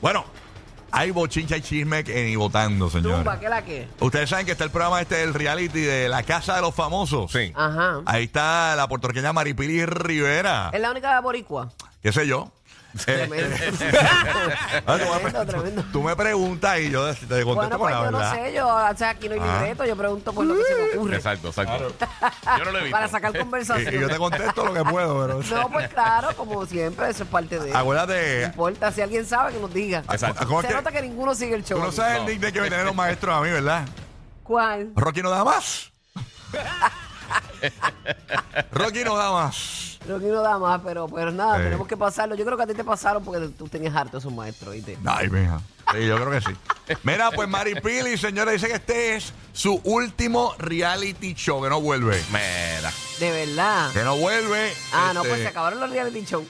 Bueno, hay bochincha y chisme que ni votando, Tumba, señores. ¿qué la que? Ustedes saben que está el programa este del reality de La Casa de los Famosos. Sí. Ajá. Ahí está la puertorriqueña Maripili Rivera. Es la única boricua. ¿Qué sé yo? Eh, Tremendo. ah, tú, me pre- tremendo, tremendo. tú me preguntas y yo te contesto Bueno, con pues la yo no verdad. Ah. sé, yo, o sea, aquí no hay libreto, yo pregunto por lo que se me ocurre. Exacto, exacto. Yo no lo he visto. Para sacar Y, y yo conversación. te contesto lo que puedo, pero... No, pues claro, como siempre, eso es parte Ah, de... No Acuérdate, importa, si alguien sabe, que nos diga. Exacto. Ah, ¿Cómo es Se que- nota que ninguno sigue el show. tú no sabes el nick que me tienen los maestros a mí, ¿verdad? ¿Cuál? Rocky no da más. Rocky no da más. Creo que no da más, pero, pero nada, Eh. tenemos que pasarlo. Yo creo que a ti te pasaron porque tú tenías harto de esos maestros, ¿viste? Ay, mija. Sí, yo creo que sí. Mira, pues Mari Pili, señores, dice que este es su último reality show, que no vuelve. Mira. De verdad. Que no vuelve. Ah, no, este, pues se acabaron los reality show.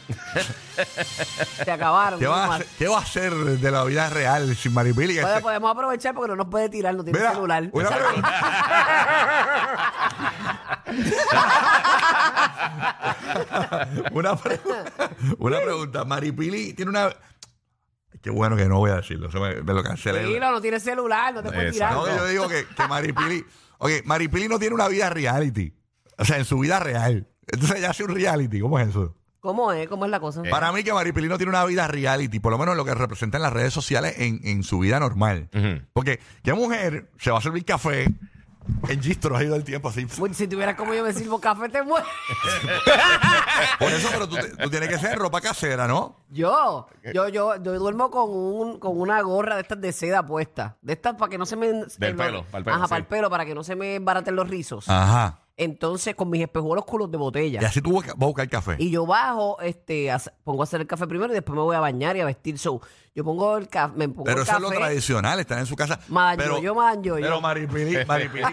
se acabaron. ¿Qué no va, a más. hacer, qué va a hacer de la vida real sin Maripili? Bueno, podemos aprovechar porque no nos puede tirar, no tiene Mira, celular. una pregunta. una, pregunta. una pregunta. Maripili tiene una. Qué bueno que no voy a decirlo. se me, me lo cancelé. Dilo, no tiene celular, no te puede tirar. No, Exacto. yo digo que, que Maripili. Ok, Maripili no tiene una vida reality. O sea, en su vida real. Entonces ella hace un reality. ¿Cómo es eso? ¿Cómo es? ¿Cómo es la cosa? Para mí que Maripili no tiene una vida reality, por lo menos lo que representa en las redes sociales en, en su vida normal. Porque qué mujer se va a servir café en Gistro ha ido el tiempo así. Uy, Si tuvieras como yo me sirvo café, te mueres. Por eso, pero tú, te- tú tienes que ser ropa casera, ¿no? Yo, yo, yo, yo duermo con un, con una gorra de estas de seda puesta. De estas para que no se me. Del pelo, pa'l pelo, Ajá, sí. para el pelo, para que no se me baraten los rizos. Ajá. Entonces, con mis espejuelos culos de botella. Y así tú vas a buscar café. Y yo bajo, este, a- pongo a hacer el café primero y después me voy a bañar y a vestir. So, yo pongo el café, me pongo Pero el eso café. es lo tradicional, estar en su casa. Madan pero, yo-yo, madan yo-yo. Pero Maripili, Maripili,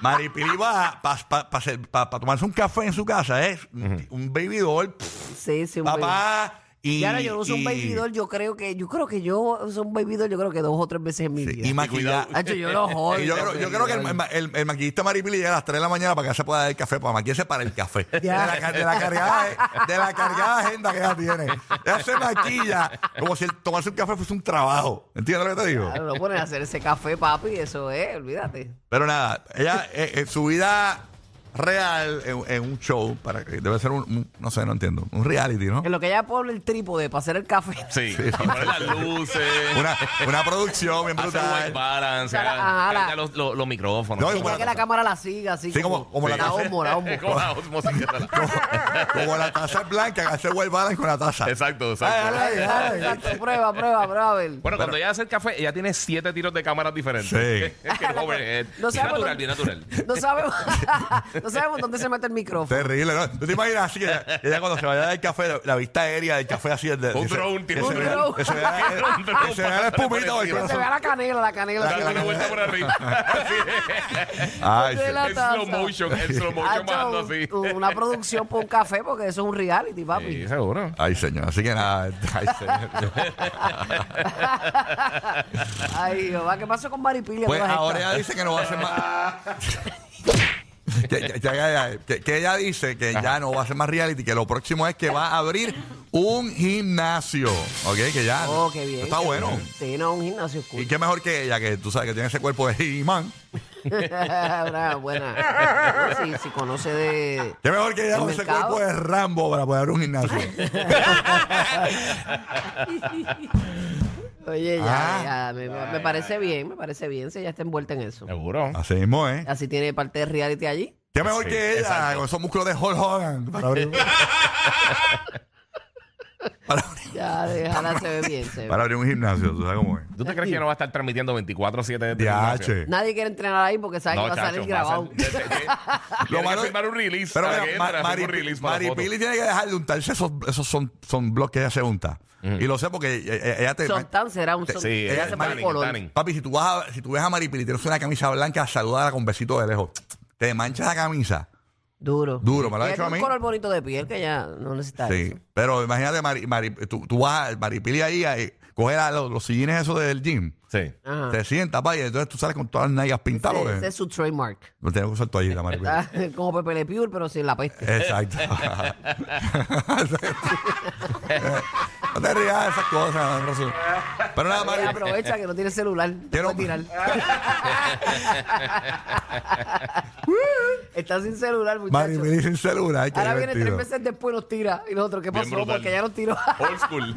Maripili va para tomarse un café en su casa, ¿eh? Un- Un bebidor, Sí, sí, un baby. papá. Y, Y ahora yo no uso un y- bebidor, yo creo que, yo creo que yo uso un bebidor, yo creo que dos o tres veces en mi vida. Y maquillar. Hacho, yo lo jodo. Y yo, creo, yo creo que el, el- el maquillista Maripili llega a las 3 de la mañana para que se pueda dar el café, para maquillarse para el café. De la, ca- de la cargada, de- de la cargada agenda que ella tiene. Ella se maquilla como si el tomarse un café fuese un trabajo. ¿Entiendes lo que te digo? Claro, lo ponen a hacer ese café, papi, eso es, olvídate. Pero nada, ella eh, en su vida real, en, en un show, para que debe ser un, un- no sé, no entiendo, un reality, ¿no? En lo que ella pone el trípode para hacer el café. Sí. Y poner las luces. Una, una producción bien Hacer white brutal. balance. Ajá, haga- la- carga los, los, los micrófonos. No, y Así Quiere bueno, que la cámara la siga, así Sí, como- como la la taza. homo, la homo. como la musiquita. Como la taza es blanca, hacer white balance con la taza. Exacto, Ay, exacto. ay, ay. Exacto, prueba, prueba, prueba, a ver. Bueno, cuando ella hace el café, ella tiene siete tiros de cámaras diferentes. Sí. Es que el overhead. No Bien sabemos dónde- natural, bien natural. No sabemos, no sabemos dónde se mete el micrófono. Terrible, ¿no? ¿Tú te imaginas así que ella, ella cuando se vaya del café, la, la vista aérea del café así... De, Un que se- drone, que tipo, se un vea- drone. que se vea- Un drone, que se vea la espumita del Se corazón. vea la canela, la canela. Dando una vuelta por arriba. Así. Ay, de sí. la El slow taza. motion. El slow Hacho, motion bajando así. un- una producción por un café, porque eso es un reality, papi. Sí, seguro. Ay, señor. Así que nada. Ay, señor. Ay, Jehová, ¿qué pasó con Maripili? Pues Todas ahora estas. ella dice que no va a hacer más. que, que- que- que- que ella dice que ya no va a hacer más reality, que lo próximo es que va a abrir un gimnasio. ¿Ok? Que ya. Oh, qué bien. Está qué bueno. bien. Sí, no, un gimnasio Y cool. qué mejor que ella, que tú sabes que tiene ese cuerpo de imán. Una buena. Sí, sí, conoce de. Qué mejor que ella ¿El con ese mercado? cuerpo de Rambo para poder abrir un gimnasio. Oye, ya, Ah. ya, me, me parece bien, me parece bien si ella está envuelta en eso. Seguro. Así mismo, ¿eh? Así tiene parte de reality allí. Qué mejor Sí, que ella exacto. con esos músculos de Hulk Hogan para abrir un- para abrir- Ya, déjala, se ve bien, se ve para abrir un gimnasio, tú sabes cómo es. ¿Tú te crees que no va a estar transmitiendo 24-7 desde el gimnasio? DH. Nadie quiere entrenar ahí porque sabe que va a chacho, salir va a grabado. ser- te- te- te- Lo tiene malo- que firmar un release. Pero para mira, que Ma- entre, hacer Mari- un release para la foto. Maripili tiene que dejar de untarse esos, esos son, son bloques que ella se unta. Y lo sé porque eh, eh, ella te. Son tan, será un son. Sí, ella es se pone tanning, color. tanning. Papi, si tú, vas a- si tú ves a Maripili, tienes una camisa blanca, salúdala con besito de lejos. Te manchas la camisa. Duro. Duro, me lo ha Ella hecho a tiene mí. un color bonito de piel que ya no necesita Sí. eso. Pero imagínate, Mari- Mari- tú, tú vas a Maripili ahí, ahí coger a los, los sillines esos del gym. Sí. Ajá. Te sientas, papi, y entonces tú sales con todas las nalgas pintadas. Ese, porque- ese es su trademark. No tengo que usar toallita, Maripili. Ah, Como Pepe Le Pew, pero sin la peste. Exacto. no te rías de esas cosas, Rosu. Pero nada, Ella Mari. eh, aprovecha que no tiene celular. te Quiero- puede tirar. Está sin celular, Mari, muchachos. me dicen celular. qué Ahora viene tres divertido. meses después y nos tira. Y nosotros, ¿qué Bien pasó? brutal. Ah, Porque ya nos tiró. Old school.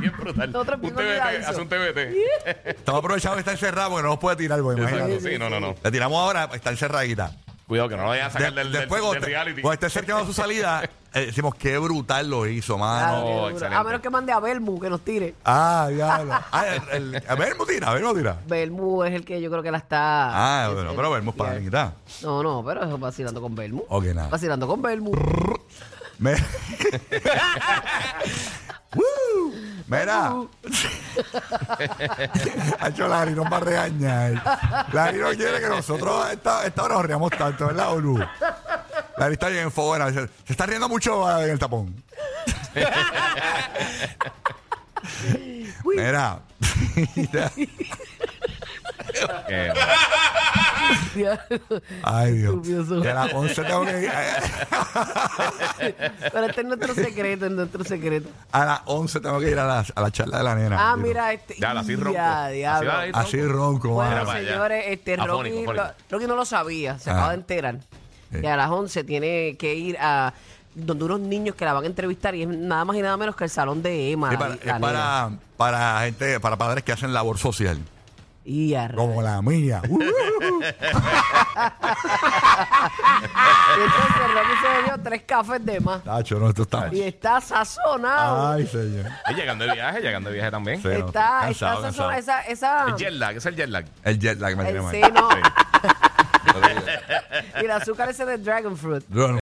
Bien brutal. Nosotros un mismos ya TBT, hizo. hace un TBT. Estamos aprovechando que está encerrado porque no nos puede tirar, güey. Exacto, Imagínate. sí, no, no, no. Le tiramos ahora, está encerradita. Cuidado que no lo vayas a De- sacar del, del- después, del cuando, reality. cuando esté cerca de su salida, eh, decimos qué brutal lo hizo, Claro, mano. qué Ah, duro. excelente. a menos que mande a Belmu que nos tire. Ah, diablo. Ah, el- el- a ver, Mutina, a ver, Mutina. Belmu es el que yo creo que la está. Ah, es- bueno, es- pero vemos para la mitad. No, no, pero es vacilando con Belmu. Ok, nada. Vacilando con Belmu. Me- Woo. Mira. Hacho, Larry nos va a regañar. Larry no quiere que nosotros a esta, a esta hora nos riamos tanto, ¿verdad, Olu? Larry está bien fogona. Se, se está riendo mucho ah, en el tapón. Mira. Eh, Ay, Estúpido Dios. son. Y a las 11 tengo que ir. pero este es nuestro secreto, es nuestro secreto. A las 11 tengo que ir a la, a la charla de la nena. Ah, Digo, mira, este. Ya, así Ya, ronco. diablo. Así va, Así ronco, ah, Bueno, mano. Mira para allá. señores, este Rocky, Afónico, afónico. lo- Rocky no lo sabía, se Ah. acaba de enterar. Sí. Y a las 11 tiene que ir a donde unos niños que la van a entrevistar y es nada más y nada menos que el salón de Emma. Es la- para, la es nena. para, para gente, para padres que hacen labor social. Y a rayos. Como la mía. Uh, Y entonces Rocky se bebió tres cafés de más Tacho, no, esto está. y está sazonado. Ay, señor. y llegando de viaje, llegando de viaje también. Sí. está no, está cansado, cansado. sazonado. Esa, esa, eh, El jet lag, es el jet lag. El jet lag me el tiene mal. seno Sí. y el azúcar ese de Dragon Fruit. Yo no-